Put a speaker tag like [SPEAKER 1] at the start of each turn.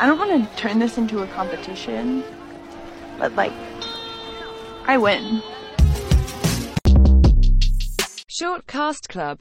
[SPEAKER 1] I don't want to turn this into a competition, but like, I win.
[SPEAKER 2] Short Cast Club